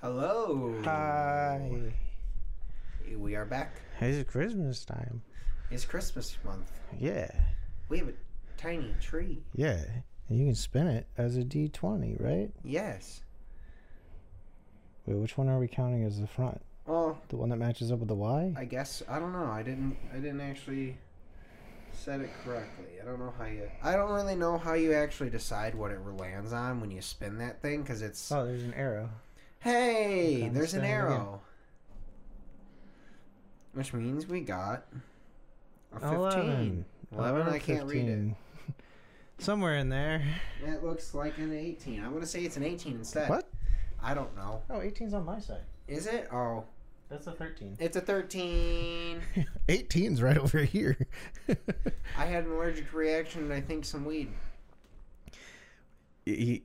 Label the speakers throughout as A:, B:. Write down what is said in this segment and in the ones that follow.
A: Hello.
B: Hi.
A: We are back.
B: It's Christmas time.
A: It's Christmas month.
B: Yeah.
A: We have a tiny tree.
B: Yeah. And you can spin it as a D20, right?
A: Yes.
B: Wait, which one are we counting as the front?
A: Well,
B: The one that matches up with the Y?
A: I guess I don't know. I didn't. I didn't actually said it correctly. I don't know how you. I don't really know how you actually decide what it lands on when you spin that thing because it's.
B: Oh, there's an arrow.
A: hey,
B: Okay, I'm
A: there's an
B: spinning again.
A: arrow. Which means we got a fifteen. Eleven, I can't read it.
B: read it. Somewhere in there.
A: That looks like an 18. I'm going to say it's an 18 instead.
B: What?
A: I don't know.
B: Oh, 18's on my side.
A: Is it? Oh,
B: That's a 13.
A: it's a 13.
B: 18's right over here.
A: I had an allergic reaction and I think some weed.
B: Y-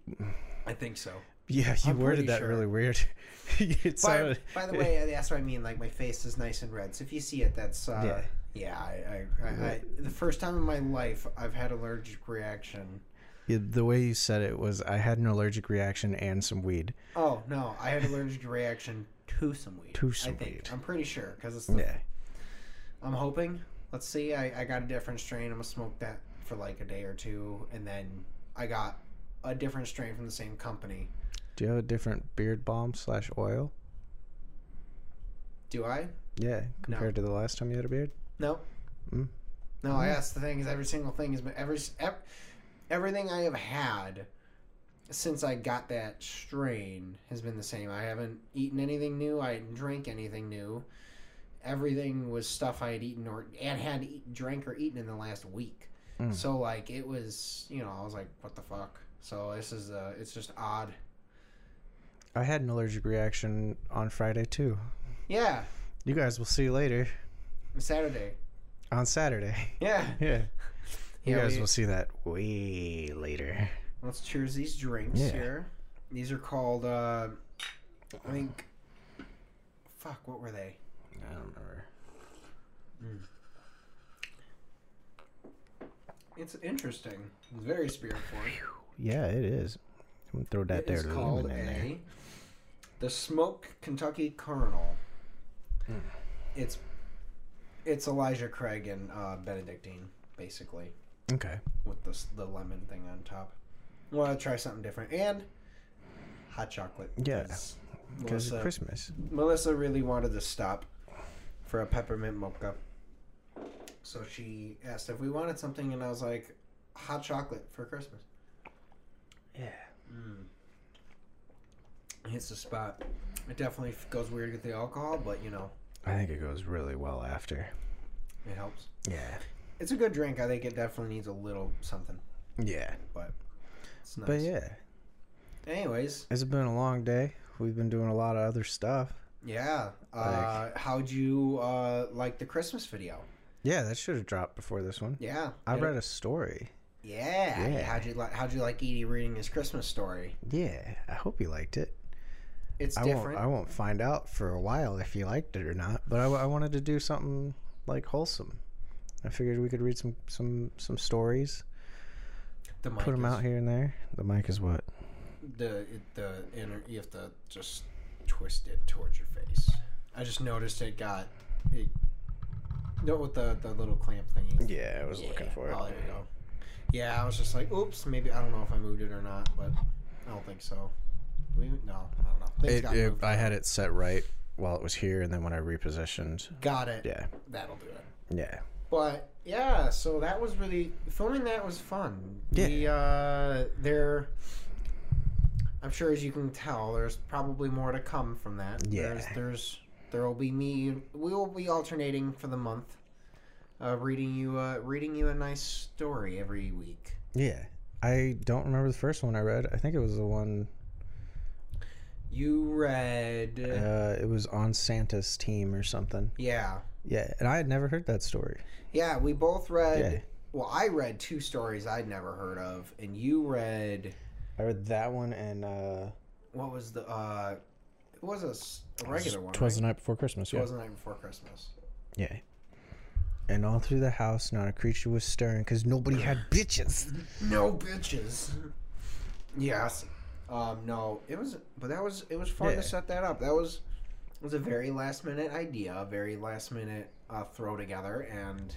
A: I think so.
B: yeah, you
A: I'm pretty
B: worded that
A: sure.
B: really weird. it
A: By,
B: sounded-
A: by the way, that's what I mean. Like, my face is nice and red. So if you see it, that's. Uh, yeah.
B: Yeah.
A: I, I, I, I, the first time in my life I've had allergic reaction.
B: Yeah, the way you said it was, I had an allergic reaction and some weed.
A: Oh no, I had allergic reaction to some weed.
B: To some
A: I think.
B: weed.
A: I'm pretty sure because it's. The, I'm hoping. Let's see. I, I got a different strain. I'm gonna smoke that for like a day or two, and then I got a different strain from the same company.
B: Do you have a different beard balm slash oil?
A: Do I?
B: Yeah, compared to the last time you had a beard.
A: No.
B: Mm.
A: No. I asked the things. Every single thing has been every s- ev- everything I have had since I got that strain has been the same. I haven't eaten anything new. I didn't drink anything new. Everything was stuff I had eaten or and had eat, drank or eaten in the last week.
B: Mm.
A: So like it was, you know, I was like, what the fuck. So this is uh, it's just odd.
B: I had an allergic reaction on Friday too.
A: Yeah,
B: You guys will see later
A: Saturday.
B: on Saturday.
A: Yeah,
B: Yeah, you
A: Yeah,
B: guys
A: we-
B: will see that way later.
A: Let's cheers these drinks
B: Yeah.
A: here. These are called, uh, I think, fuck, what were they?
B: I don't remember.
A: It's interesting. It's very spiritful.
B: Yeah, it is. I'm gonna throw that
A: It
B: there
A: is called
B: lemon in there.
A: a the Smoke Kentucky Colonel.
B: Hmm.
A: It's it's Elijah Craig and uh, Benedictine basically
B: Okay.
A: with the s- the lemon thing on top. Want to try something different and hot chocolate.
B: Yeah.
A: 'cause
B: Because
A: Melissa-
B: of Christmas.
A: Melissa really wanted to stop for a peppermint mocha. So she asked if we wanted something, and I was like, hot chocolate for Christmas.
B: Yeah. Mm.
A: It hits the spot. It definitely f- goes weird with the alcohol, but you know,
B: I think it goes really well after.
A: it helps.
B: Yeah.
A: It's a good drink. I think it definitely needs a little something,
B: Yeah.
A: but it's nice.
B: But yeah,
A: Anyways,
B: it's been a long day. We've been doing a lot of other stuff.
A: yeah. Uh, how'd you uh, like the Christmas video?
B: Yeah, that should have dropped before this one.
A: Yeah.
B: I
A: Did-
B: read a story.
A: Yeah.
B: Yeah.
A: How'd you like? How'd you like Edie reading his Christmas story?
B: Yeah, I hope you liked it.
A: It's
B: I
A: different.
B: won't. I won't find out for a while if you liked it or not. But I, I wanted to do something like wholesome. I figured we could read some some some stories,
A: the
B: put 'em put them
A: mic
B: out
A: is-
B: here and there. The mic is what?
A: the it- the inner you have to just twist it towards your face. I just noticed it got it. No, with the the little clamp thingy.
B: Yeah, I was looking for it.
A: Oh, there you go. Yeah, I was just like, oops, maybe I don't know if I moved it or not, but I don't think so. We no, I don't know. Things
B: It,
A: got
B: it,
A: moved.
B: I had it set right while it was here, and then when I repositioned,
A: got it.
B: yeah,
A: that'll do it.
B: yeah,
A: But yeah, so that was really filming. That was fun.
B: Yeah.
A: The, uh, there, I'm sure as you can tell, there's probably more to come from that.
B: Yeah.
A: There's, there's there will be me. We will be alternating for the month, uh, reading you uh, reading you a nice story every week.
B: yeah. I don't remember the first one I read. I think it was the one.
A: You read.
B: Uh, it was on Santa's team or something.
A: yeah.
B: Yeah, and I had never heard that story.
A: Yeah, we both read.
B: Yeah.
A: Well, I read two stories I'd never heard of, and you read.
B: I read that one and uh,
A: What was the? uh It was a s- a, regular one.
B: Twas the Night Before Christmas.
A: It
B: Yeah.
A: was the night before Christmas.
B: yeah. And all through the house, not a creature was stirring because nobody had bitches.
A: No bitches. Yes. Um, no, it was, but that was it was fun
B: Yeah.
A: to set that up. That was it was a very last minute idea, a very last minute uh, throw together, and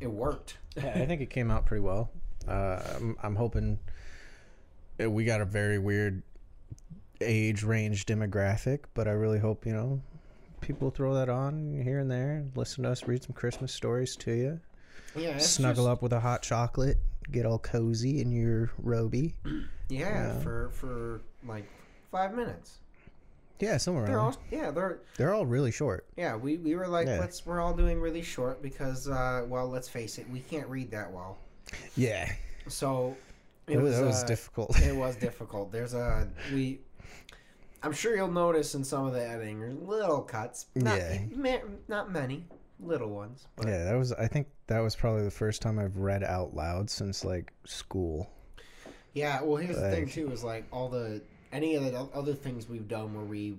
A: it worked.
B: Yeah, I think it came out pretty well. Uh, I'm, I'm hoping uh, we got a very weird age range demographic, but I really hope you know people throw that on here and there, listen to us read some Christmas stories to you,
A: Yeah, it's
B: snuggle
A: just-
B: up with a hot chocolate, get all cozy in your roby.
A: Yeah,
B: Yeah.
A: for for like five minutes.
B: Yeah, somewhere
A: They're
B: around.
A: all yeah they're
B: there. They're all really short.
A: yeah we we were like
B: Yeah.
A: let's we're all doing really short because uh, well let's face it we can't read that well
B: Yeah,
A: so
B: it was, that was
A: uh,
B: difficult.
A: It was difficult. There's a we. I'm sure you'll notice in some of the editing there's little cuts. Not,
B: Yeah.
A: ma- not many, little ones. But
B: yeah, that was. I think that was probably the first time I've read out loud since like school.
A: Yeah, well, here's the thing
B: Like-
A: too: is like all the any of the o- other things we've done where we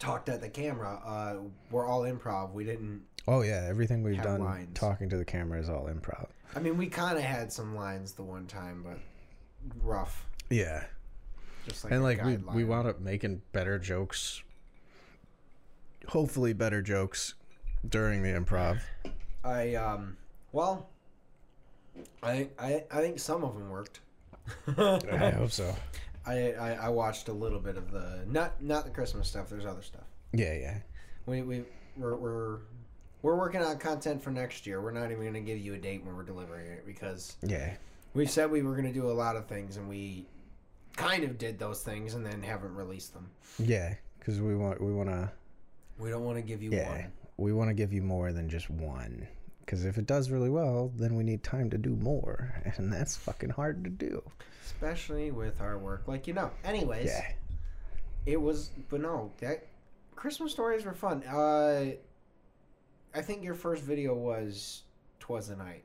A: talked at the camera, uh, were all improv. We didn't.
B: Oh yeah, everything we've
A: Have
B: done
A: lines.
B: talking to the camera is all improv.
A: I mean, we kind of had some lines the one time, but rough.
B: Yeah,
A: Just like
B: and
A: a
B: like we we
A: guideline.
B: wound up making better jokes. Hopefully, better jokes during the improv.
A: I um, well, I I I think some of them worked.
B: I hope so.
A: I, I I watched a little bit of the not not the Christmas stuff. There's other stuff.
B: Yeah, yeah.
A: We we we're we're, we're working on content for next year. We're not even going to give you a date when we're delivering it because
B: Yeah.
A: we said we were going to do a lot of things and we kind of did those things and then haven't released them.
B: Yeah, cuz we want we want to
A: We don't want to give you
B: yeah,
A: one.
B: we want to give you more than just one. Cuz if it does really well, then we need time to do more, and that's fucking hard to do.
A: especially with our work like you know. Anyways,
B: Yeah.
A: it was but no, that Christmas stories were fun. Uh I think your first video was Twas the Night.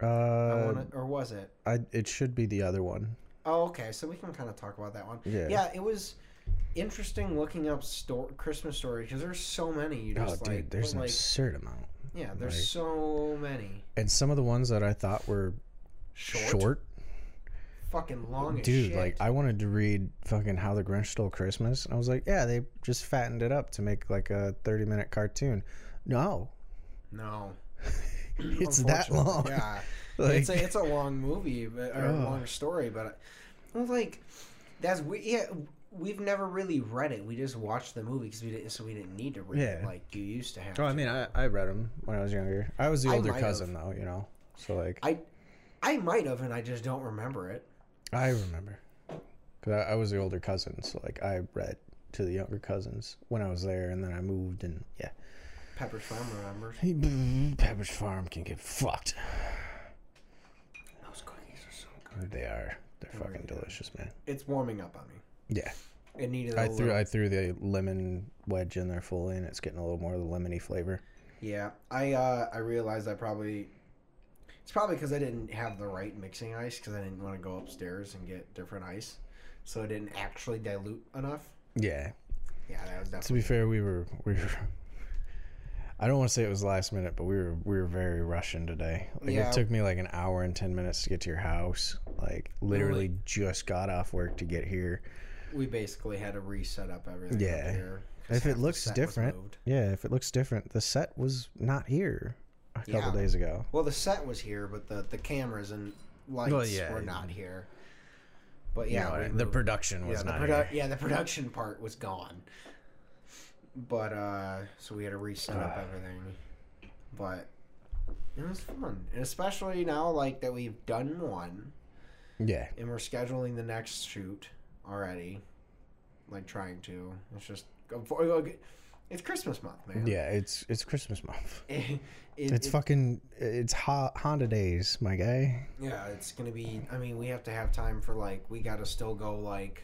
A: I
B: Uh
A: wanna, or was it?
B: I, it should be the other one.
A: Oh, okay. So we can kind of talk about that one.
B: Yeah.
A: Yeah, it was interesting looking up sto- Christmas stories because there's so many. You
B: Oh,
A: just
B: dude,
A: like, but,
B: there's an
A: like,
B: absurd amount.
A: yeah, there's
B: like-
A: so many.
B: And some of the ones that I thought were
A: Short,
B: short
A: fucking long, as
B: dude
A: shit.
B: like i wanted to read fucking how the grinch stole christmas and i was like yeah they just fattened it up to make like a 30 minute cartoon no
A: no,
B: it's that
A: Unfortunately,
B: long
A: Yeah,
B: like, Oh.
A: it's a it's a long movie but, or
B: Ugh.
A: a long story, but well, like that's we yeah. We've never really read it. We just watched the movie because we didn't, so we didn't need to read it
B: Yeah.
A: like you used to have.
B: oh i
A: to.
B: mean I, I read them when i was younger i was the
A: I
B: older
A: might
B: cousin though you know so like
A: I might have, and I just don't remember it.
B: i remember because I, I was the older cousin so like i read to the younger cousins when i was there and then i moved and yeah
A: Pepper's Farm remembers.
B: pepper's farm can get fucked
A: Those cookies are so good.
B: they are
A: They're
B: they're fucking
A: really good.
B: delicious man
A: It's warming up on me.
B: yeah
A: It needed. a
B: I
A: little,
B: threw I threw the lemon wedge in there fully, and it's getting a little more of the lemony flavor.
A: Yeah, I uh, I realized I probably. It's probably because I didn't have the right mixing ice because I didn't want to go upstairs and get different ice, so it didn't actually dilute enough.
B: Yeah.
A: Yeah, that was
B: To
A: definitely.
B: be fair, we were we were. I don't want to say it was last minute, but we were we were very rushing today. Like
A: Yeah.
B: it took me like an hour and ten minutes to get to your house. Like literally just got off work to get here.
A: We basically had to reset up everything. Yeah.
B: Yeah. If it looks different- Yeah, if it looks different, the set was not here a couple
A: Yeah.
B: days ago.
A: Well, the set was here, but the the cameras and lights
B: Well, yeah.
A: were not here. But yeah,
B: No,
A: we
B: the
A: moved.
B: production
A: yeah,
B: was
A: the
B: not
A: produ-
B: here.
A: yeah, the production part was gone. But uh so we had to reset up
B: Ah.
A: everything. But it was fun. And especially now like that we've done one
B: Yeah,
A: and we're scheduling the next shoot already. Like trying to. It's just it's Christmas month, man.
B: yeah. It's it's Christmas month.
A: It- it-
B: It's
A: it-
B: fucking it's hot Honda days, my guy.
A: Yeah, it's gonna be. I mean, we have to have time for like we gotta still go like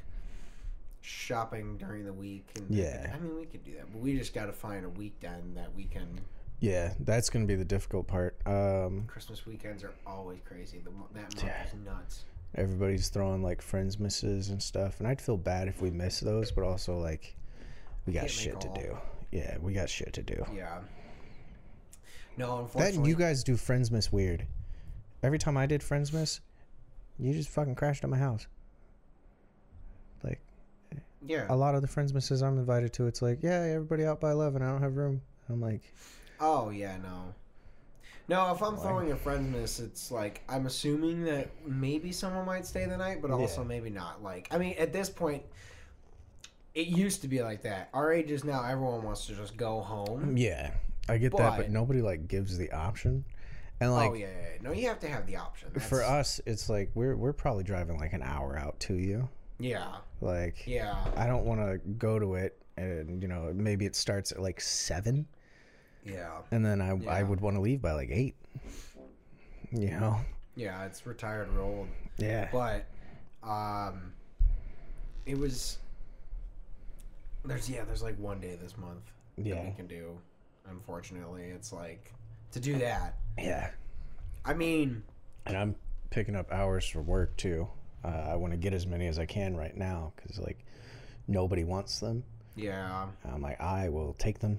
A: shopping during the week. And
B: Yeah.
A: I mean we could do that, but we just gotta find a weekend that weekend.
B: Yeah, that's going to be the difficult part. Um,
A: Christmas weekends are always crazy. The, mo- that month
B: Yeah.
A: is nuts.
B: everybody's throwing like friends misses and stuff, and I'd feel bad if we miss those, but also like we got
A: Can't make
B: shit to
A: all.
B: do. Yeah, we got shit to do.
A: Yeah. No,
B: That and
A: unfortunately,
B: you guys do friends miss weird. Every time I did friends miss, You just fucking crashed at my house. Like
A: Yeah.
B: a lot of the friends' misses I'm invited to, it's like, yeah, everybody out by eleven. I don't have room. I'm like,
A: Oh yeah, no. No, if I'm
B: Why?
A: throwing a friend miss, it's like I'm assuming that maybe someone might stay the night, but also
B: Yeah.
A: maybe not. Like, I mean, at this point, it used to be like that. Our age is now everyone wants to just go home.
B: yeah, I get that, but
A: But-
B: nobody like gives the option. And like
A: oh yeah, yeah, yeah. no, you have to have the option. That's,
B: for us, it's like we're we're probably driving like an hour out to you.
A: yeah,
B: Like
A: yeah,
B: I don't want to go to it, and you know maybe it starts at like seven.
A: yeah,
B: and then I I
A: Yeah.
B: would want to leave by like eight. You know.
A: yeah. It's retired or old,
B: Yeah.
A: but um, it was. There's yeah, there's like one day this month that we
B: yeah.
A: can do. Unfortunately, it's like to do that.
B: Yeah.
A: I mean,
B: And I'm picking up hours for work too. Uh, I want to get as many as I can right now because like nobody wants them.
A: yeah.
B: I'm like I will take them.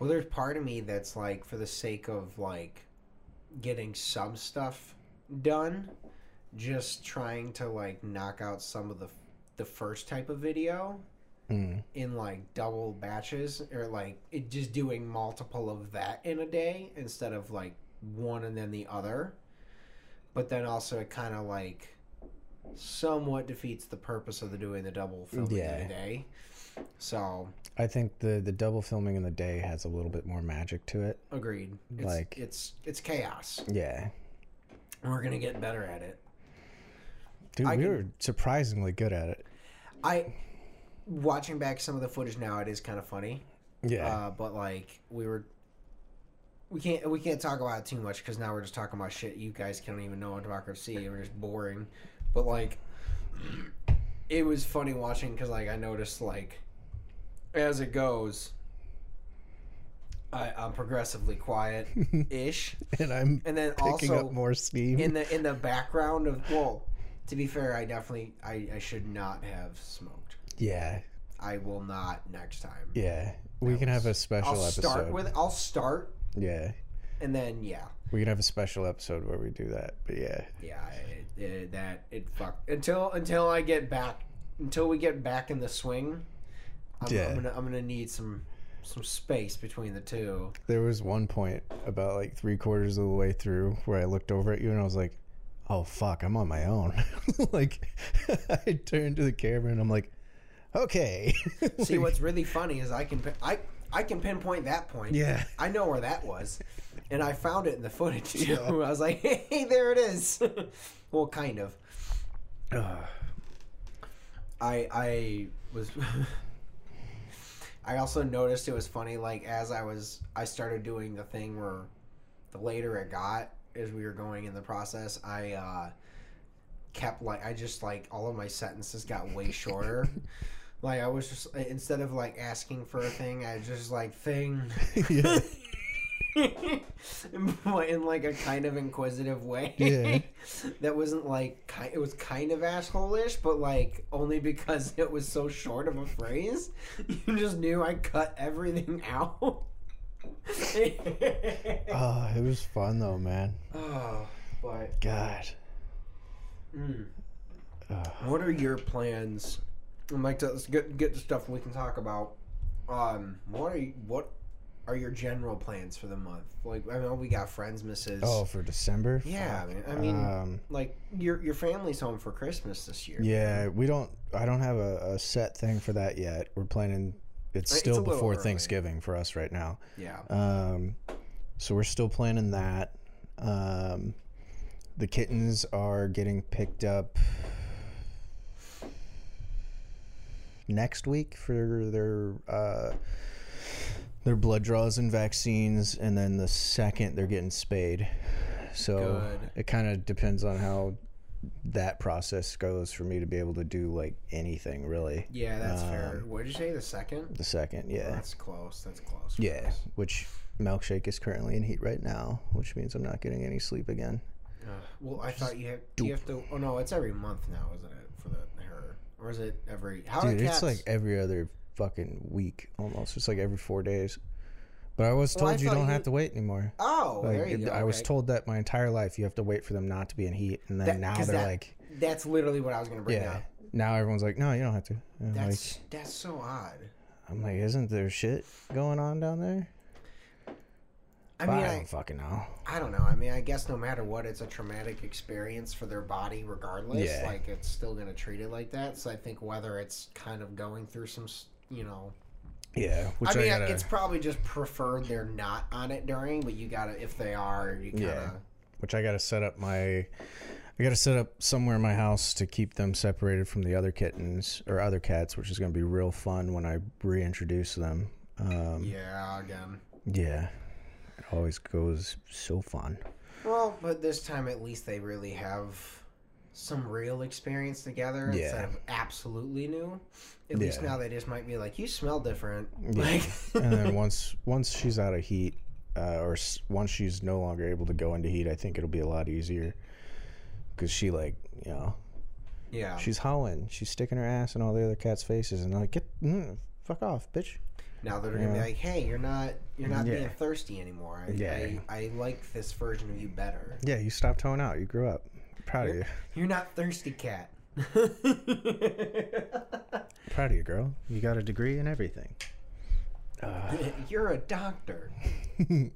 A: Well, there's part of me that's like, for the sake of like getting some stuff done, just trying to like knock out some of the the first type of video
B: Mm.
A: in like double batches or like it just doing multiple of that in a day instead of like one and then the other but then also it kind of like somewhat defeats the purpose of the doing the double filming in
B: Yeah.
A: a day so
B: I think the the double filming in the day has a little bit more magic to it.
A: agreed it's,
B: Like-
A: it's it's chaos
B: Yeah.
A: we're gonna get better at it
B: Dude,
A: I
B: we
A: can-
B: were surprisingly good at it.
A: i watching back some of the footage now it is kind of funny
B: Yeah.
A: Uh, but like we were, we can't we can't talk about it too much because now we're just talking about shit you guys can't even know on democracy. and We're just boring. But like, it was funny watching because like I noticed like as it goes, I, I'm progressively quiet ish,
B: and I'm
A: Uh, and then
B: picking
A: also
B: up more steam.
A: in the in the background of well, to be fair, I definitely I, I should not have smoked.
B: yeah.
A: I will not next time.
B: Yeah. We
A: That
B: can have a
A: was-
B: special
A: I'll
B: episode.
A: start with I'll start
B: yeah.
A: and then yeah,
B: We could have a special episode where we do that, but yeah,
A: yeah, it, it, that it fucked until until I get back until we get back in the swing. I'm,
B: Yeah.
A: I'm gonna I'm gonna need some some space between the two.
B: there was one point about like three quarters of the way through where I looked over at you and I was like, "Oh fuck, I'm on my own." like, I turned to the camera and I'm like, "Okay."
A: See
B: Like,
A: what's really funny is I can pin- I I can pinpoint that point.
B: Yeah,
A: I know where that was, and I found it in the footage too. I was like, hey, there it is. well, kind of.
B: Ugh.
A: I I was I also noticed it was funny like as I was I started doing the thing where the later it got as we were going in the process I uh kept like I just like all of my sentences got way shorter like I was just instead of like asking for a thing I just like thing
B: yeah,
A: but in like a kind of inquisitive way.
B: Yeah.
A: that wasn't like ki- it was kind of asshole-ish, but like only because it was so short of a phrase, you just knew I cut everything out.
B: oh, it was fun though, man.
A: oh, but
B: God,
A: mm.
B: Ugh.
A: what are your plans? I'm like, to, let's get get to stuff we can talk about. Um, what are you, what are your general plans for the month? Like, I know we got friends misses.
B: oh, for December.
A: Yeah,
B: Fuck.
A: man. I mean,
B: um,
A: like your your family's home for Christmas this year.
B: yeah, we don't. I don't have a, a set thing for that yet. We're planning. It's
A: Uh, It's a
B: still
A: little
B: before
A: early.
B: Thanksgiving for us right now.
A: yeah,
B: Um, so we're still planning that. Um, the kittens are getting picked up next week for their uh, their blood draws and vaccines, and then the second they're getting spayed. So
A: Good.
B: it kind of depends on how that process goes for me to be able to do like anything really.
A: yeah, that's fair.
B: Um,
A: What did you say? The second?
B: The second, yeah.
A: That's close. That's close. for
B: Yeah,
A: us.
B: which milkshake is currently in heat right now, which means I'm not getting any sleep again.
A: Ugh. well, I thought you have you have to. Oh no, it's every month now, isn't it? For the her, or is it every? How
B: Dude,
A: do
B: it's
A: cats?
B: like every other fucking week almost. It's like every four days. But I was
A: Well,
B: told
A: I
B: you
A: thought
B: don't
A: you-
B: have to wait anymore.
A: Oh,
B: Like,
A: there you
B: it-
A: go.
B: I was
A: okay.
B: told that my entire life you have to wait for them not to be in heat, and then
A: That-
B: now
A: 'cause
B: they're
A: that-
B: like,
A: That's literally what I was going to bring
B: yeah.
A: up.
B: Now everyone's like, no, you don't have to. And I'm like,
A: That's that's so odd.
B: I'm like, isn't there shit going on down there?
A: I
B: But
A: mean,
B: I
A: I,
B: don't fucking know.
A: I don't know. I mean, I guess no matter what, it's a traumatic experience for their body, regardless.
B: Yeah.
A: Like it's still going to treat it like that. So I think whether it's kind of going through some, s- you know,
B: Yeah, which I,
A: I mean,
B: gotta,
A: it's probably just preferred they're not on it during. But you gotta, if they are, you kind of.
B: Yeah. which I gotta set up my, I gotta set up somewhere in my house to keep them separated from the other kittens or other cats, which is gonna be real fun when I reintroduce them. Um,
A: Yeah,
B: yeah.
A: again.
B: it always goes so fun.
A: Well, but this time at least they really have some real experience together
B: Yeah.
A: instead of absolutely new. At least
B: Yeah.
A: now they just might be like, you smell different.
B: Yeah. Uh,
A: Like,
B: and then once once she's out of heat, uh, or s- once she's no longer able to go into heat, I think it'll be a lot easier. Cause she like you know
A: yeah.
B: she's howling, she's sticking her ass in all the other cats' faces, and they're like get mm, fuck off, bitch.
A: Now they're gonna be
B: Yeah.
A: like, hey, you're not, you're not
B: Yeah.
A: being thirsty anymore. I,
B: Yeah.
A: I, I like this version of you better.
B: Yeah, you stopped towing out. You grew up. Proud of you.
A: You're not thirsty, cat.
B: Proud of you, girl. You got a degree in everything. Uh,
A: you're a doctor. Doctor,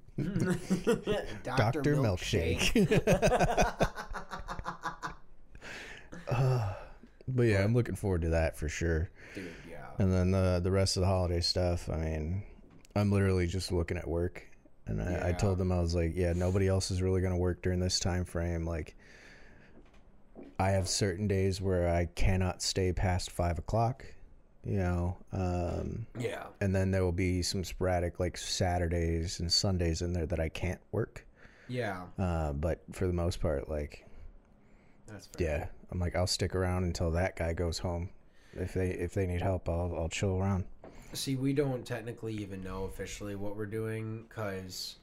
B: Doctor Milkshake. Uh, but yeah, I'm looking forward to that for sure.
A: Dude, yeah.
B: And then the the rest of the holiday stuff. I mean, I'm literally just looking at work. And I, I
A: Yeah.
B: told them I was like, yeah, nobody else is really gonna work during this time frame. Like, I have certain days where I cannot stay past five o'clock. You know, um,
A: Yeah.
B: and then there will be some sporadic like Saturdays and Sundays in there that I can't work.
A: Yeah.
B: Uh, but for the most part, like
A: That's fair.
B: yeah, I'm like I'll stick around until that guy goes home. If they if they need help, I'll I'll chill around.
A: See, we don't technically even know officially what we're doing because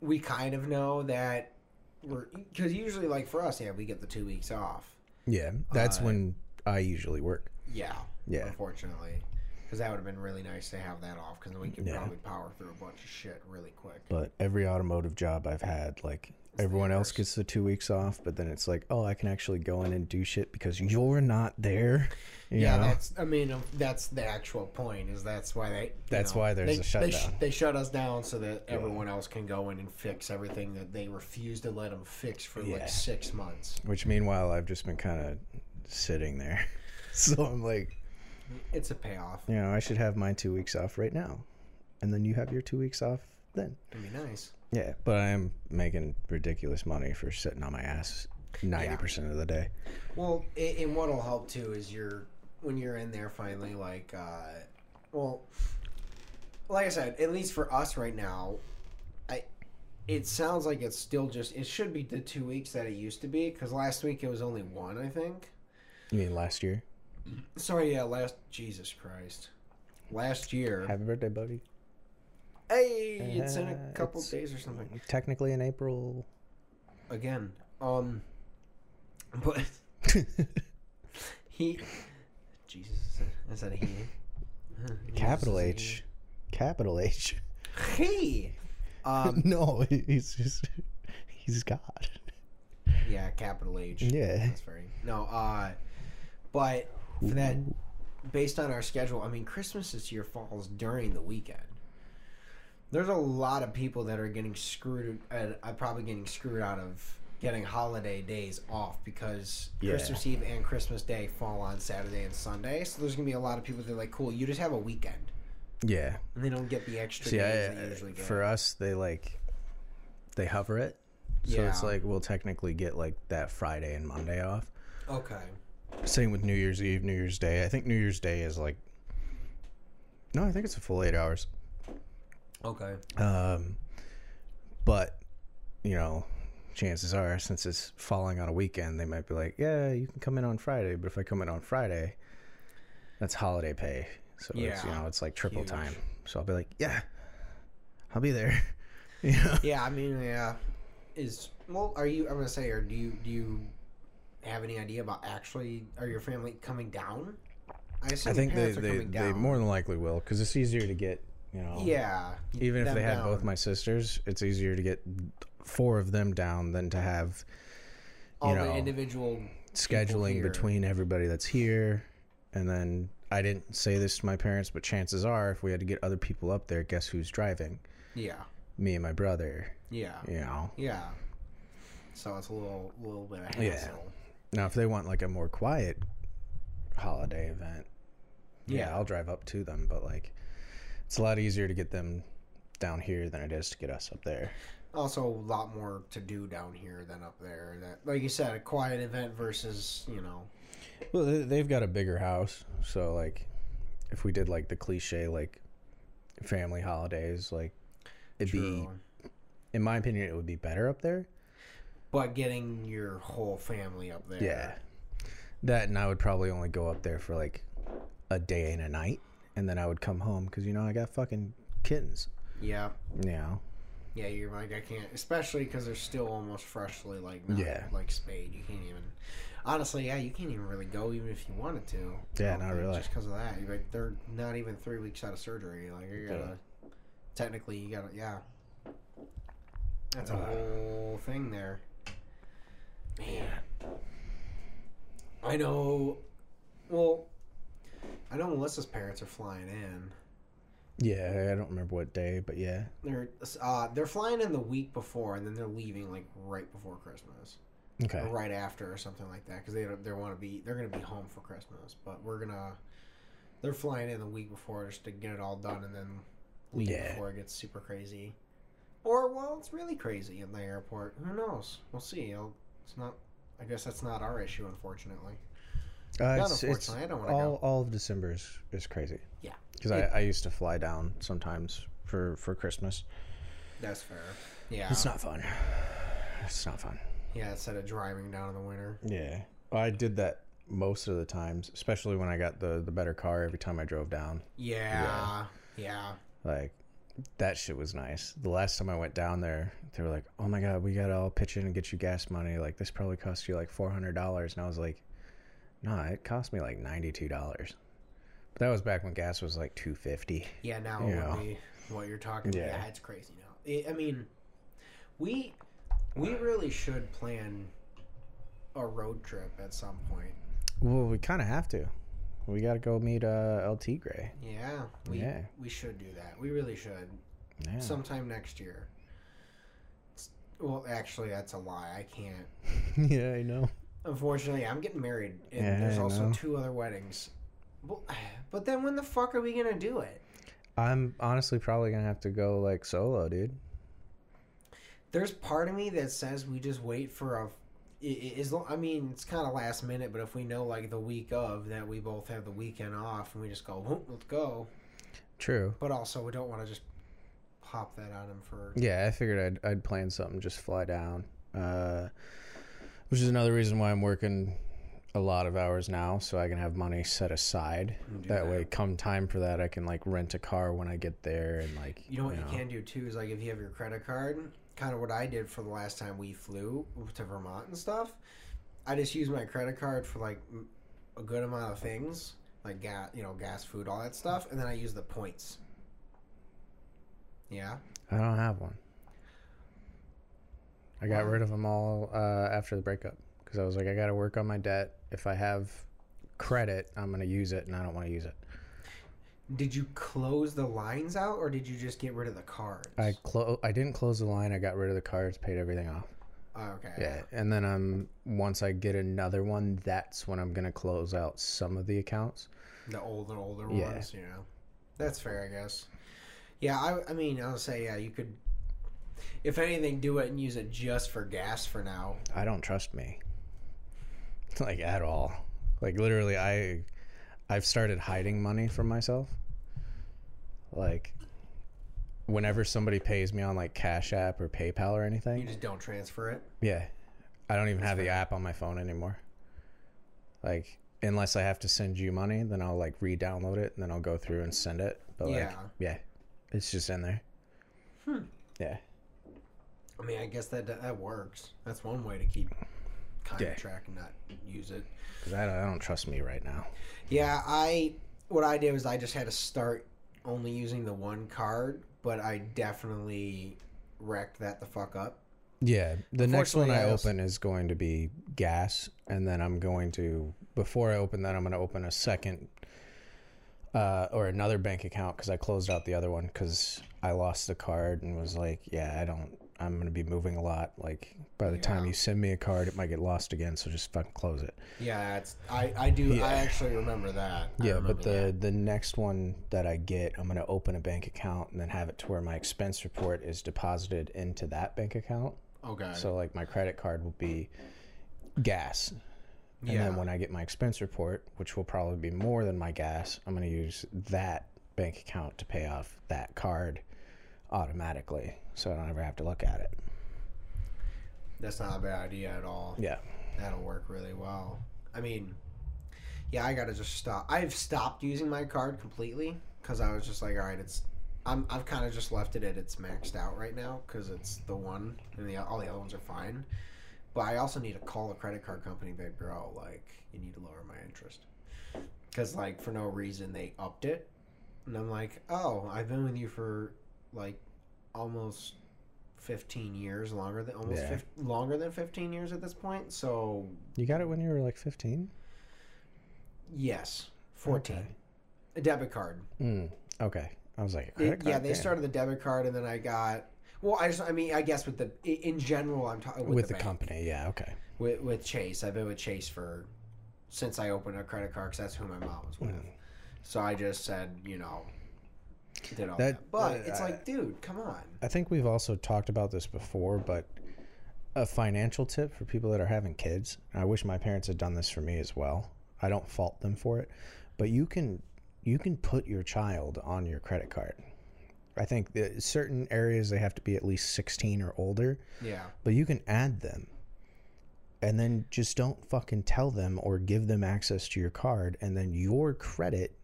A: we kind of know that we're because usually, like for us, yeah, we get the two weeks off.
B: Yeah, that's
A: Uh,
B: when I usually work.
A: Yeah,
B: Yeah,
A: unfortunately, because that would have been really nice to have that off because then we could
B: Yeah.
A: probably power through a bunch of shit really quick.
B: but every automotive job I've had, like everyone else
A: worst.
B: gets the two weeks off, but then it's like, oh, I can actually go in and do shit because you're not there. You
A: yeah,
B: know?
A: that's I mean um, that's the actual point is that's why they you
B: That's why there's
A: they,
B: a
A: they sh-
B: shutdown.
A: They, shut us down so that everyone else can go in and fix everything that they refused to let them fix for
B: Yeah.
A: like six months.
B: which meanwhile I've just been kind of sitting there. So I'm like,
A: It's a payoff.
B: you know, I should have my two weeks off right now. And then you have your two weeks off then.
A: It'd be nice.
B: Yeah. But I am making ridiculous money for sitting on my ass 90% of the day.
A: Well, a- and what'll help too is you're when you're in there finally, like, uh, well, like I said, at least for us right now, I it sounds like it's still just it should be the two weeks that it used to be because last week it was only one, I think.
B: You mean last year?
A: Sorry, yeah, last Jesus Christ, last year.
B: Happy birthday, buddy.
A: Hey, it's in a
B: Uh,
A: couple
B: it's-
A: days or something.
B: Technically in April.
A: again. Um, but he, Jesus, is that a he?
B: Capital
A: Jesus is
B: H. Capital H.
A: a He. He. Um,
B: no, he's just, he's God.
A: yeah, capital H.
B: Yeah.
A: That's very no. Uh, but for that, based on our schedule, I mean, Christmas this year falls during the weekend. There's a lot of people that are getting screwed. Uh, are probably getting screwed out of getting holiday days off because
B: Yeah.
A: Christmas Eve and Christmas Day fall on Saturday and Sunday. So there's gonna be a lot of people that are like, "Cool, you just have a weekend,"
B: Yeah.
A: and they don't get the extra
B: See,
A: days
B: I, uh,
A: they usually get.
B: for us, they like they hover it, so it's
A: Yeah.
B: like we'll technically get like that Friday and Monday off.
A: okay,
B: Same with New Year's Eve, New Year's Day. I think New Year's Day is like no, I think it's a full eight hours.
A: okay,
B: Um, but you know, chances are since it's falling on a weekend, they might be like, yeah, you can come in on Friday, but if I come in on Friday, that's holiday pay, so it's, you
A: Yeah.
B: know it's like triple
A: Huge.
B: time. So I'll be like, yeah, I'll be there. you know.
A: yeah. I mean, yeah. Is well, are you? I'm gonna say, or do you do you have any idea about actually? Are your family coming down? assume
B: I
A: your
B: think they,
A: parents
B: they, they more than likely will because it's easier to get You know,
A: yeah.
B: Even if
A: them
B: they had
A: down.
B: both my sisters, it's easier to get four of them down than to have
A: all
B: know,
A: the individual
B: scheduling
A: here.
B: between everybody that's here. And then I didn't say this to my parents, but chances are, if we had to get other people up there, guess who's driving?
A: yeah
B: Me and my brother.
A: yeah
B: You know.
A: yeah so it's a little little bit of hassle.
B: Yeah. Now, if they want like a more quiet holiday event, yeah,
A: Yeah.
B: I'll drive up to them. But like, it's a lot easier to get them down here than it is to get us up there.
A: also a lot more to do down here than up there that like you said a quiet event versus you know
B: Well, they- they've got a bigger house, so like, if we did like the cliche like family holidays, like it'd be,
A: true.
B: in my opinion, it would be better up there.
A: but getting your whole family up there
B: Yeah, that and I would probably only go up there for like a day and a night, and then I would come home because you know I got fucking kittens.
A: yeah
B: You know.
A: yeah you're like i can't especially because they're still almost freshly like not,
B: Yeah.
A: like spayed you can't even honestly yeah you can't even really go even if you wanted to
B: Yeah,
A: I don't
B: not
A: think,
B: really.
A: just because of that you're like they're not even three weeks out of surgery like you gotta technically you gotta yeah that's a
B: Uh.
A: whole thing there man i know well i know melissa's parents are flying in
B: Yeah, I don't remember what day, but yeah.
A: they're uh, they're flying in the week before, and then they're leaving like right before Christmas,
B: Okay.
A: or right after, or something like that, because they don't, they want to be they're gonna be home for Christmas. But we're gonna they're flying in the week before just to get it all done, and then leave
B: Yeah.
A: before it gets super crazy, or well, it's really crazy in the airport. Who knows? We'll see. I'll, it's not. I guess that's not our issue, unfortunately.
B: Uh,
A: Not
B: it's, it's
A: unfortunately, I don't want to
B: all
A: go.
B: all of December is, is crazy.
A: Yeah.
B: Because I, I used to fly down sometimes for for Christmas.
A: That's fair. Yeah,
B: It's not fun. It's not fun.
A: yeah. Instead of driving down in the winter.
B: Yeah. I did that most of the times, especially when I got the the better car. Every time I drove down,
A: Yeah, yeah.
B: like that shit was nice. The last time I went down there, they were like, "Oh my god, we gotta all pitch in and get you gas money. Like this probably cost you like four hundred dollars." And I was like, "Nah, it cost me like ninety two dollars." But that was back when gas was like two fifty.
A: Yeah, now it
B: Yeah.
A: would be what you're talking about.
B: Yeah.
A: Yeah, it's crazy now. I I mean, we we really should plan a road trip at some point.
B: Well, we kind of have to. We got to go meet uh, LT Gray.
A: Yeah, we
B: Yeah.
A: we should do that. We really should
B: Yeah.
A: sometime next year. It's- Well, actually, that's a lie. I can't.
B: yeah, I know.
A: Unfortunately, I'm getting married, and
B: Yeah,
A: there's
B: I
A: also
B: know.
A: two other weddings. But, but then when the fuck are we gonna do it?
B: I'm honestly probably gonna have to go like solo, dude.
A: there's part of me that says we just wait for a i- i- as long, I mean it's kind of last minute, but if we know like the week of that we both have the weekend off and we just go "Whoop, let's go,
B: True.
A: but also we don't want to just pop that on him for
B: Yeah, I figured I'd I'd plan something, just fly down. Uh, which is another reason why I'm working a lot of hours now, so I can have money set aside.
A: do
B: Mm, That way, come time for that, I can like rent a car when I get there, and like
A: You know what you can do too is like if you have your credit card, kind of what I did for the last time we flew to Vermont and stuff. I just used my credit card for like m- a good amount of things, like gas, you know, gas, food, all that stuff, and then I used the points. Yeah.
B: I don't have one. I got
A: Why?
B: rid of them all uh, after the breakup because I was like, I got to work on my debt. If I have credit, I'm gonna use it, and I don't want to use it.
A: Did you close the lines out, or did you just get rid of the cards?
B: I clo- I didn't close the line. I got rid of the cards, paid everything off.
A: Oh, okay.
B: Yeah, and then I'm once I get another one, that's when I'm gonna close out some of the accounts.
A: The older, older
B: Yeah.
A: ones. You know, that's fair, I guess. Yeah, I, I mean, I'll say, yeah, you could, if anything, do it and use it just for gas for now.
B: I don't trust me, like at all. Like literally, I I've started hiding money from myself. Like whenever somebody pays me on like Cash App or PayPal or
A: You
B: anything,
A: just don't transfer it.
B: yeah, I don't even have the app on my phone anymore. Like unless I have to send you money, then I'll like re-download it and then I'll go through and send it. But like,
A: Yeah.
B: yeah, it's just in there.
A: Hmm.
B: Yeah.
A: I mean, I guess that that works. That's one way to keep kind
B: Yeah.
A: of track and not use it.
B: Because I don't, I don't trust me right now.
A: Yeah, I what I did was I just had to start only using the one card, but I definitely wrecked that the fuck up.
B: Yeah, the next one
A: Unfortunately,
B: I
A: I also-
B: open is going to be gas, and then I'm going to before I open that I'm going to open a second uh, or another bank account because I closed out the other one because I lost the card and was like, yeah, I don't, I'm going to be moving a lot. Like by the time
A: Yeah.
B: you send me a card, it might get lost again, so just fucking close it.
A: Yeah, that's I I do
B: Yeah.
A: I actually remember that. I
B: Yeah, but
A: remember that.
B: the the next one that I get, I'm going to open a bank account and then have it to where my expense report is deposited into that bank account.
A: okay.
B: So like my credit card will be gas. And
A: yeah.
B: then when I get my expense report, which will probably be more than my gas, I'm going to use that bank account to pay off that card automatically. So I don't ever have to look at it.
A: that's not a bad idea at all.
B: Yeah.
A: That'll work really well. I mean, yeah, I gotta just stop. I've stopped using my card completely because I was just like, all right, it's. I'm, I've kind of just left it at it's maxed out right now because it's the one and the all the other ones are fine. But I also need to call a credit card company, and be like, bro, like you need to lower my interest because like for no reason they upped it, and I'm like, oh, I've been with you for like almost 15 years longer than almost
B: Yeah.
A: fif- longer than 15 years at this point. So
B: You got it when you were like 15?
A: Yes, fourteen.
B: Okay.
A: A debit card.
B: Mm, okay. I was like, a
A: It-
B: credit
A: yeah,
B: card?
A: they
B: Damn.
A: started the debit card, and then I got. Well, I just, I mean, I guess with the i- in general, I'm talking
B: with,
A: with,
B: the,
A: bank.
B: company. Yeah. Okay.
A: with, with Chase. I've been with Chase for since I opened a credit card because that's who my mom was with.
B: Mm.
A: So I just said, you know, did all that.
B: That-
A: But
B: uh,
A: it's
B: I-
A: like, dude, come on.
B: I think we've also talked about this before, but a financial tip for people that are having kids. and I wish my parents had done this for me as well. I don't fault them for it, but you can you can put your child on your credit card. I think that certain areas they have to be at least 16 or older,
A: Yeah,
B: but you can add them. And then just don't fucking tell them or give them access to your card and then your credit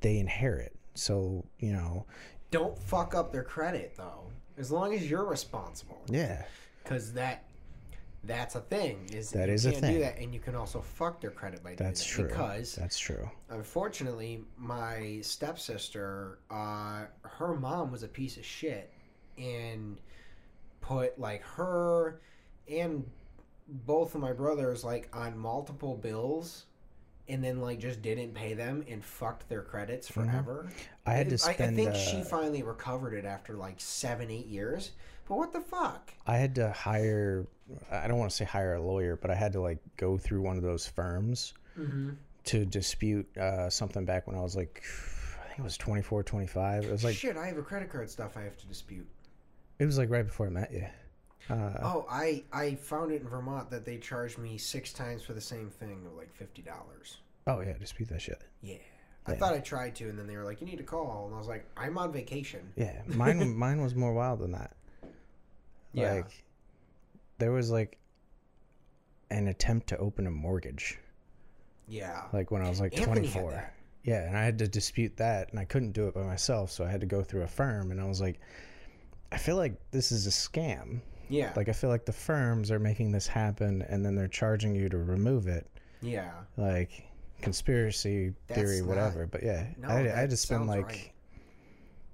B: they inherit. So, you know,
A: don't fuck up their credit though. As long as you're responsible,
B: yeah.
A: because that. That's a thing. Is
B: That
A: you
B: is a
A: can't
B: thing.
A: do that, and you can also fuck their credit by doing
B: That's
A: that,
B: true.
A: Because
B: That's true.
A: unfortunately, my stepsister, uh, her mom was a piece of shit and put like her and both of my brothers like on multiple bills and then like just didn't pay them and fucked their credits forever.
B: Mm-hmm. I had to
A: I,
B: spend. I,
A: think
B: uh,
A: she finally recovered it after like seven, eight years. But what the fuck?
B: I had to hire. I don't want to say hire a lawyer, but I had to like go through one of those firms
A: Mm-hmm.
B: to dispute uh, something back when I was like, I think it was 24, 25. It was like
A: Shit, I have a credit card stuff I have to dispute.
B: it was like right before I met you. Uh,
A: Oh, I I found it in Vermont that they charged me six times for the same thing of like fifty dollars.
B: oh yeah, dispute that shit.
A: Yeah. I
B: Yeah.
A: thought I tried to, and then they were like, "You need to call," and I was like, "I'm on vacation."
B: Yeah, mine mine was more wild than that.
A: Yeah.
B: Like there was like an attempt to open a mortgage.
A: Yeah,
B: like when I was like
A: Anthony had
B: 24.
A: that.
B: Yeah, and I had to dispute that, and I couldn't do it by myself, so I had to go through a firm, and I was like, I feel like this is a scam.
A: yeah,
B: Like I feel like the firms are making this happen, and then they're charging you to remove it,
A: yeah.
B: like conspiracy
A: That's
B: theory,
A: not-
B: whatever. But yeah,
A: No,
B: I, had, I
A: that
B: had to spend
A: sounds
B: like
A: right.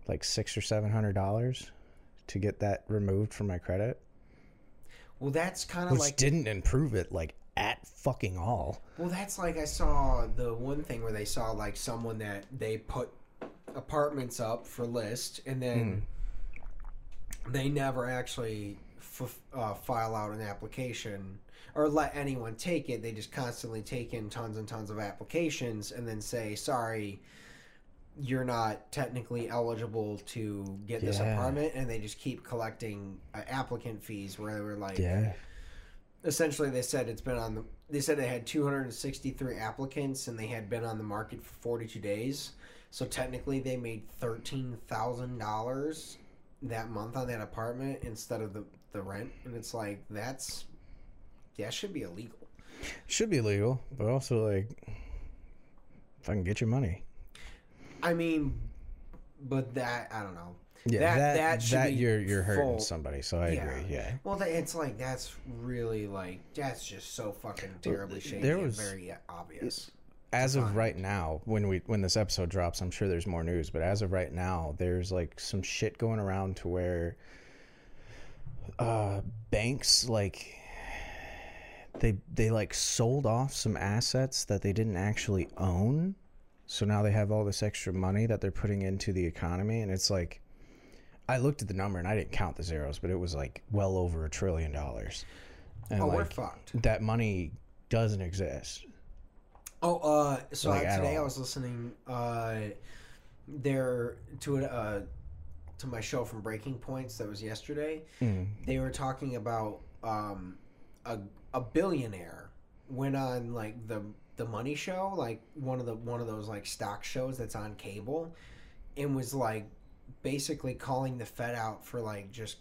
B: like six or seven hundred dollars to get that removed from my credit,
A: Well, that's kind of
B: which
A: like.
B: didn't improve it like at fucking all.
A: well, that's like I saw the one thing where they saw like someone that they put apartments up for list, and then
B: Hmm.
A: they never actually f- uh, file out an application or let anyone take it. They just constantly take in tons and tons of applications, and then say, "Sorry." you're not technically eligible to get this
B: Yeah.
A: apartment and they just keep collecting uh, applicant fees where they were like
B: Yeah,
A: essentially they said it's been on the they said they had 263 applicants and they had been on the market for 42 days so technically they made $13000 that month on that apartment instead of the, the rent and it's like that's that should be illegal
B: should be legal, but also like, fucking get your money.
A: i mean but that i don't know
B: Yeah,
A: That-
B: that that,
A: that should be
B: you're you're hurting
A: full-
B: somebody. So I
A: Yeah.
B: agree. Yeah,
A: well that, it's like that's really like that's just so fucking terribly shady
B: there
A: and
B: was-
A: very obvious
B: as of
A: find.
B: right now, when we when this episode drops, I'm sure there's more news. But as of right now, there's like some shit going around to where uh, banks like they they like sold off some assets that they didn't actually own. So now they have all this extra money that they're putting into the economy, and it's like I looked at the number and I didn't count the zeros, but it was like well over a trillion dollars. And
A: oh, we're
B: like
A: fucked.
B: that money doesn't exist.
A: Oh, uh, so
B: Like,
A: I,
B: at
A: today I
B: all.
A: was listening uh, there to it uh, to my show from Breaking Points that was yesterday.
B: Mm.
A: They were talking about um, a a billionaire went on like the the money show, like one of the one of those like stock shows that's on cable, and was like basically calling the Fed out for like just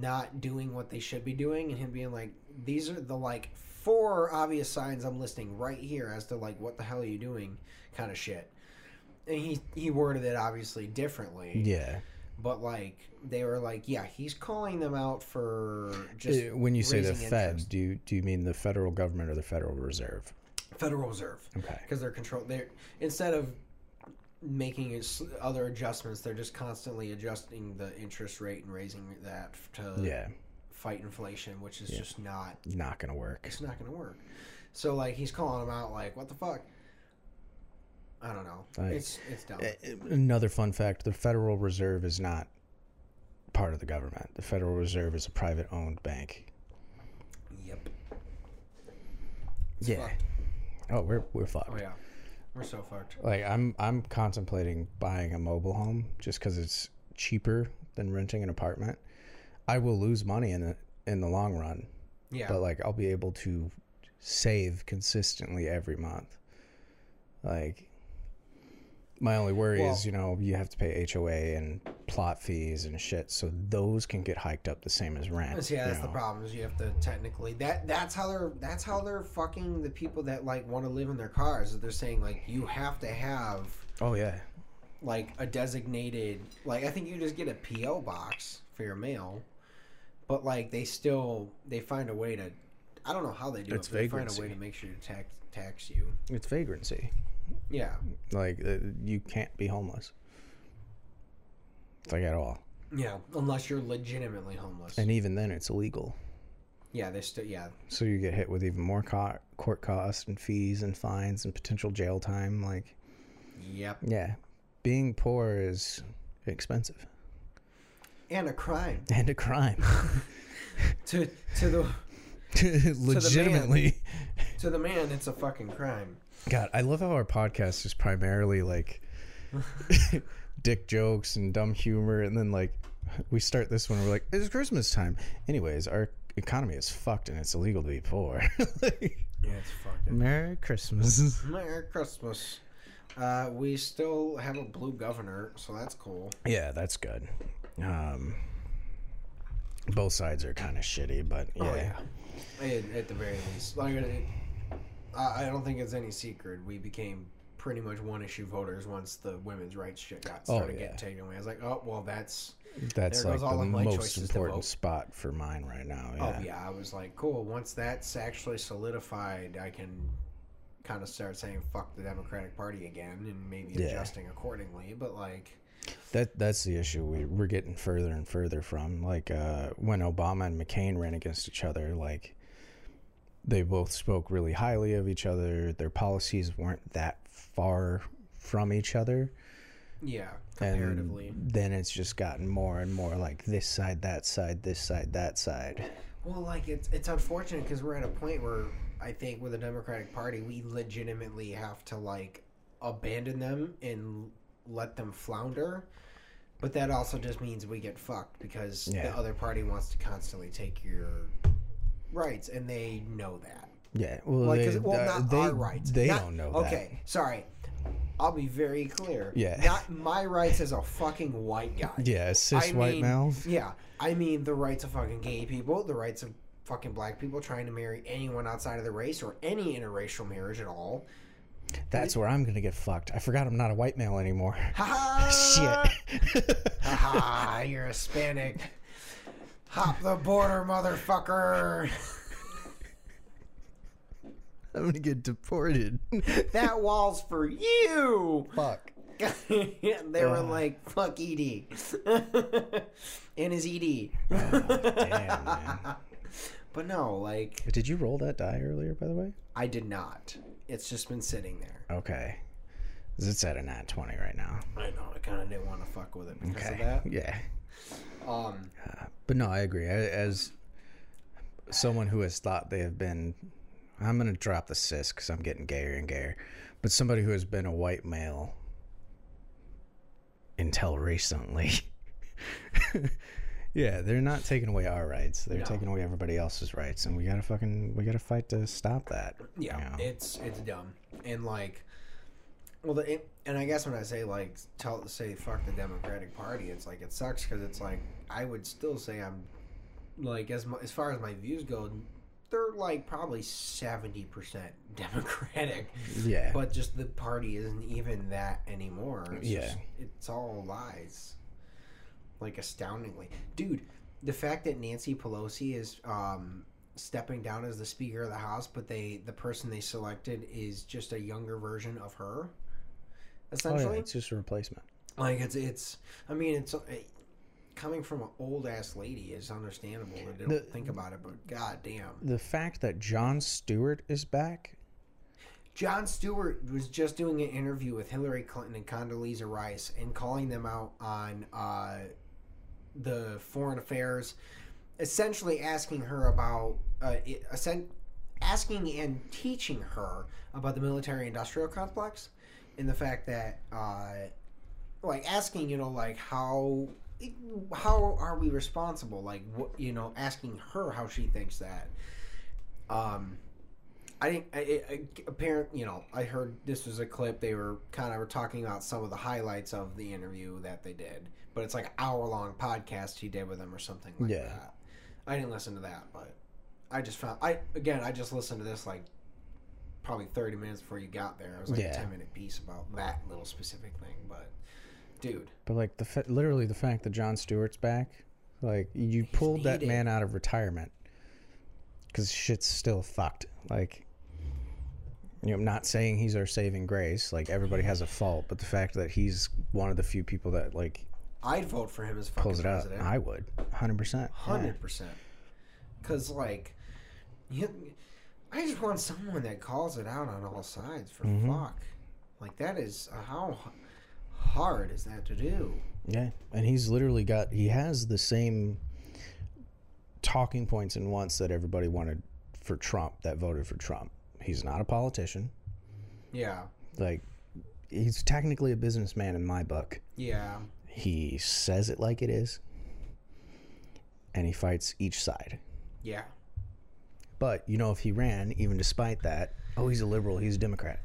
A: not doing what they should be doing and him being like these are the like four obvious signs i'm listing right here as to like what the hell are you doing kind of shit and he he worded it obviously differently
B: Yeah.
A: but like they were like yeah he's calling them out for just
B: Uh, when you say the
A: raising
B: Fed,
A: interest.
B: do you do you mean the federal government or the Federal Reserve?
A: federal reserve
B: Okay.
A: because they're control they're instead of making s- other adjustments they're just constantly adjusting the interest rate and raising that to
B: Yeah,
A: fight inflation which is just not
B: not gonna work.
A: it's not gonna work. So like he's calling him out like what the fuck? I don't know.
B: Right.
A: It's it's dumb.
B: Uh, Another fun fact: the Federal Reserve is not part of the government. The Federal Reserve is a private-owned bank.
A: yep.
B: yeah.
A: fucked.
B: Oh, we're we're fucked.
A: Oh yeah. We're so fucked.
B: Like I'm I'm contemplating buying a mobile home just because it's cheaper than renting an apartment. I will lose money in the in the long run,
A: Yeah.
B: but like I'll be able to save consistently every month. Like my only worry
A: Well-
B: is, you know, you have to pay HOA and plot fees and shit, so those can get hiked up the same as rent.
A: yeah,
B: you
A: that's the
B: know.
A: problem. Is you have to technically that that's how they're that's how they're fucking the people that like want to live in their cars. They're saying like you have to have
B: Oh yeah.
A: like a designated like I think you just get a PO box for your mail, but like they still they find a way to I don't know how they do
B: It's
A: it. But they find a
B: vagrancy.
A: way to make sure to tax tax you.
B: It's vagrancy.
A: Yeah.
B: Like uh, you can't be homeless. Like at all.
A: Yeah, unless you're legitimately homeless.
B: And even then, it's illegal.
A: yeah, they still yeah.
B: So you get hit with even more co- court costs and fees and fines and potential jail time. Like,
A: Yep.
B: yeah, being poor is expensive
A: And a crime
B: and a crime.
A: to to the
B: Legitimately.
A: to the man, it's a fucking crime.
B: God, I love how our podcast is primarily like dick jokes and dumb humor. And then, like, we start this one, we're like, it's Christmas time. Anyways, our economy is fucked and it's illegal to be poor. Like,
A: Yeah, it's fucking.
B: Merry Christmas.
A: Merry Christmas. Uh, we still have a blue governor, so that's cool.
B: Yeah, that's good. Um, both sides are kind of shitty, but Oh, yeah.
A: Oh, At, at the very least, like it, I, I don't think it's any secret. We became pretty much one issue voters once the women's rights shit got
B: Oh,
A: started
B: yeah.
A: getting taken away. I was like, oh well, that's
B: that's
A: There
B: like
A: goes all
B: the
A: of my
B: most
A: choices to vote.
B: important spot for mine right now. Yeah.
A: Oh yeah, I was like, cool. Once that's actually solidified, I can kind of start saying fuck the Democratic Party again and maybe
B: Yeah.
A: adjusting accordingly. But like,
B: That that's the issue we we're getting further and further from. Like uh, when Obama and McCain ran against each other, like they both spoke really highly of each other. Their policies weren't that far from each other.
A: yeah,
B: And
A: comparatively.
B: then it's just gotten more and more like this side, that side, this side, that side.
A: Well, like it's it's unfortunate because we're at a point where I think with the Democratic Party, we legitimately have to like abandon them and let them flounder. But that also just means we get fucked because the
B: Yeah.
A: other party wants to constantly take your rights, and they know that.
B: Yeah, well,
A: Like,
B: they,
A: 'cause- well,
B: uh,
A: not
B: they,
A: our rights.
B: They
A: Not-
B: don't know that.
A: Okay, sorry. I'll be very clear.
B: Yeah.
A: Not my rights as a fucking white guy.
B: Yeah, cis white
A: mean,
B: male.
A: Yeah, I mean the rights of fucking gay people, the rights of fucking black people trying to marry anyone outside of the race or any interracial marriage at all.
B: That's where I'm gonna get fucked. I forgot I'm not a white male anymore.
A: Ha ha!
B: Shit.
A: Ha ha! You're Hispanic. Hop the border, motherfucker.
B: I'm gonna get deported.
A: That wall's for you.
B: Fuck.
A: they were
B: Ugh.
A: like, "Fuck Ed," and his E Ed.
B: Oh, Damn. Man.
A: But no, like
B: Did you roll that die earlier, by the way?
A: I did not. It's just been sitting there.
B: Okay. 'Cause It's at a nat twenty right now.
A: I know. I kind of didn't want to fuck with it because
B: Okay.
A: of that.
B: Yeah.
A: Um,
B: But no, I agree. I, as someone who has thought they have been, I'm going to drop the cis because I'm getting gayer and gayer. But somebody who has been a white male until recently, yeah, they're not taking away our rights. They're
A: No.
B: taking away everybody else's rights, and we gotta fucking we gotta fight to stop that.
A: yeah,
B: Yeah.
A: it's it's dumb and like, well, the, it, and I guess when I say like tell say fuck the Democratic Party, it's like it sucks because it's like I would still say I'm like as mu as far as my views go, they're like probably seventy percent Democratic,
B: Yeah,
A: but just the party isn't even that anymore. It's
B: Yeah.
A: just- it's all lies. Like astoundingly, dude. The fact that Nancy Pelosi is um, stepping down as the Speaker of the House, but they the person they selected is just a younger version of her,
B: oh, yeah,
A: essentially.
B: it's just a replacement.
A: Like it's it's. I mean, it's it, coming from an old ass lady is understandable. They don't
B: The-
A: think about it, but goddamn,
B: The fact that John Stewart is back
A: John Stewart was just doing an interview with Hillary Clinton and Condoleezza Rice and calling them out on uh, the foreign affairs, essentially asking her about, uh, it, assen- asking and teaching her about the military industrial complex and the fact that, uh, like, asking, you know, like, how. How are we responsible? Like, what you know, asking her how she thinks that. Um, I didn't. I, I, I- apparent, you know, I heard this was a clip. They were kind of were talking about some of the highlights of the interview that they did, but it's like an hour long podcast he did with them or something like
B: Yeah.
A: that. I didn't listen to that, but I just found. I again, I just listened to this like probably thirty minutes before you got there. It was like
B: Yeah.
A: a ten minute piece about that little specific thing, but dude,
B: But like the fa- literally the fact that John Stewart's back, like you pulled that
A: needed.
B: man out of retirement because shit's still fucked. Like, you know, I'm not saying he's our saving grace. Like everybody has a fault, but the fact that he's one of the few people that like
A: I'd vote for him as fucking
B: pulls it out,
A: president.
B: I would, hundred percent.
A: hundred percent. Because like, you, I just want someone that calls it out on all sides for
B: Mm-hmm.
A: fuck. Like that is how h- hard is that to do?
B: Yeah, and he's literally got he has the same talking points and wants that everybody wanted for Trump that voted for Trump. He's not a politician.
A: Yeah,
B: Like, he's technically a businessman in my book.
A: yeah,
B: He says it like it is, and he fights each side.
A: yeah,
B: But you know, if he ran, even despite that, oh, he's a liberal, he's a Democrat.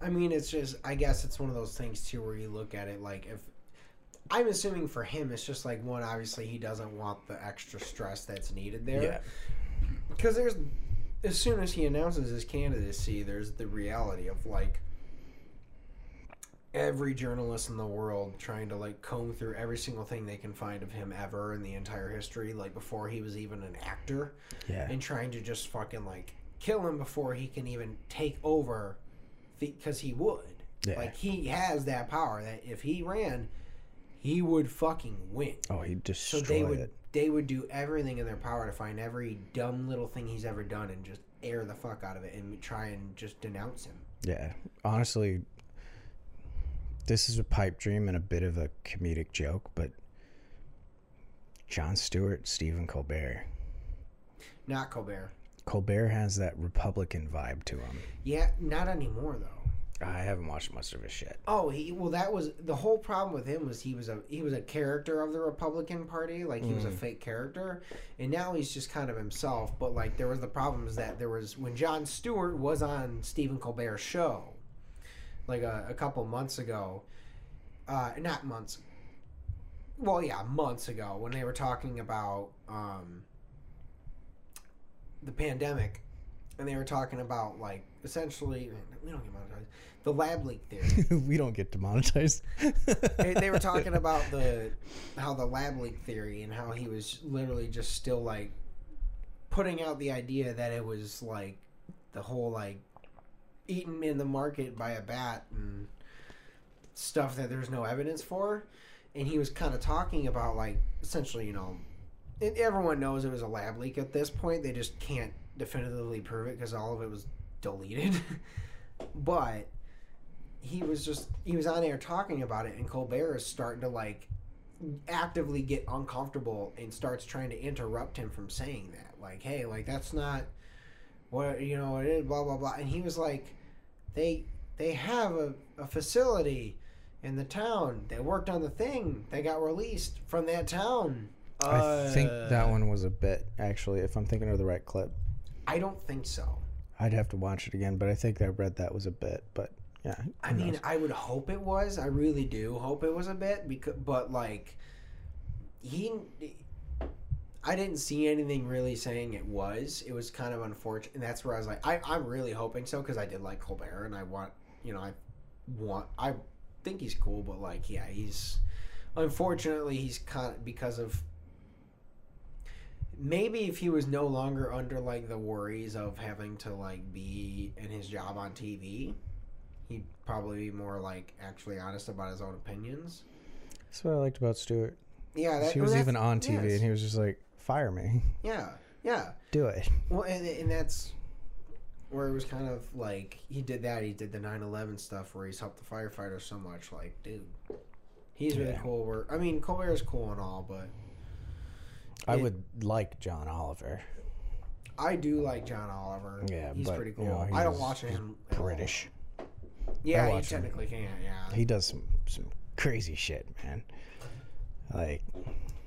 A: I mean, it's just I guess it's one of those things too where you look at it like if I'm assuming for him it's just like one obviously he doesn't want the extra stress that's needed there because there's as soon as he announces his candidacy, there's the reality of like every journalist in the world trying to like comb through every single thing they can find of him ever in the entire history, like before he was even an actor
B: yeah,
A: and trying to just fucking like kill him before he can even take over because he would.
B: Yeah.
A: Like he has that power that if he ran, he would fucking win.
B: Oh, he
A: So
B: destroyed
A: they would
B: it.
A: they would do everything in their power to find every dumb little thing he's ever done and just air the fuck out of it and try and just denounce him.
B: Yeah, honestly, this is a pipe dream and a bit of a comedic joke, but John Stewart, Stephen Colbert.
A: Not Colbert.
B: Colbert has that Republican vibe to him.
A: Yeah, not anymore though.
B: I haven't watched much of his shit.
A: Oh, he well that was the whole problem with him was he was a he was a character of the Republican Party, like he was a fake character, and now he's just kind of himself. But like there was the problem is that there was when John Stewart was on Stephen Colbert's show, like a, a couple months ago, uh, not months, well yeah months ago when they were talking about um, the pandemic, and they were talking about like essentially we don't get monetized the lab leak theory
B: we don't get demonetized.
A: they, they were talking about the how the lab leak theory and how he was literally just still like putting out the idea that it was like the whole like eaten in the market by a bat and stuff that there's no evidence for. And he was kind of talking about like essentially, you know, and everyone knows it was a lab leak at this point. They just can't definitively prove it because all of it was deleted. but he was just he was on air talking about it, and Colbert is starting to like actively get uncomfortable and starts trying to interrupt him from saying that. Like, hey, like that's not what you know it is, blah blah blah. And he was like, they they have a, a facility in the town. They worked on the thing. They got released from that town.
B: I think that
A: Uh,
B: one was a bit actually. If I'm thinking of the right clip,
A: I don't think so.
B: I'd have to watch it again. But I think I read that was a bit. But yeah,
A: I
B: who
A: mean,
B: knows?
A: I would hope it was. I really do hope it was a bit because, but like, he, I didn't see anything really saying it was. It was kind of unfortunate, and that's where I was like, I, I'm really hoping so because I did like Colbert, and I want, you know, I want, I think he's cool, but like, yeah, he's unfortunately he's kind of, because of maybe if he was no longer under like the worries of having to like be in his job on TV, he'd probably be more like actually honest about his own opinions.
B: that's what I liked about Stewart.
A: Yeah, that
B: he was
A: well,
B: even
A: that's-
B: on TV,
A: yes.
B: and he was just like, "Fire me,
A: Yeah, yeah.
B: do it."
A: Well, and, and that's where it was kind of like he did that. He did the 9/11 stuff where he's helped the firefighters so much. Like, dude, he's really
B: Yeah.
A: cool. Where I mean, Colbert is cool and all, but
B: I
A: It-
B: would like John Oliver,
A: I do like John Oliver.
B: Yeah,
A: he's
B: but,
A: pretty cool.
B: you know,
A: I don't
B: he's-
A: watch
B: he's
A: him. at all.
B: British. I
A: Yeah, you
B: watch him.
A: technically can. Yeah,
B: He does some some crazy shit, man. Like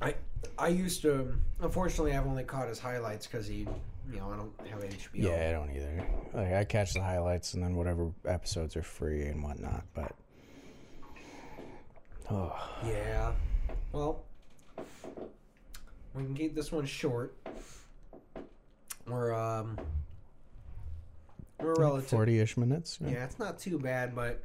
A: I I used to. Unfortunately, I've only caught his highlights because he, you know, I don't have HBO.
B: Yeah, I don't either. Like I catch the highlights and then whatever episodes are free and whatnot, but oh
A: Yeah. Well, we can keep this one short. We're um we're relative.
B: forty ish minutes.
A: Yeah, it's not too bad, but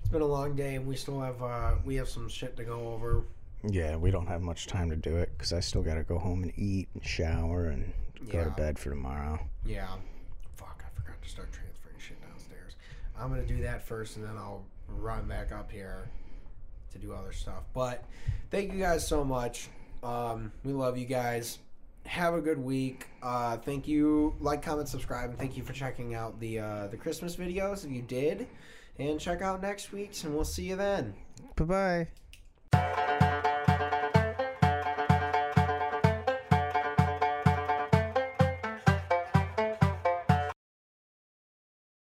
A: it's been a long day, and we still have uh we have some shit to go over.
B: Yeah, we don't have much time to do it because I still gotta go home and eat and shower and go
A: Yeah.
B: to bed for tomorrow.
A: Yeah. Fuck, I forgot to start transferring shit downstairs. I'm gonna do that first, and then I'll run back up here to do other stuff. But thank you guys so much. Um, we love you guys. Have a good week. Uh, thank you. Like, comment, subscribe, and thank you for checking out the uh, the Christmas videos if you did. And check out next week's, and we'll see you then.
B: Bye bye.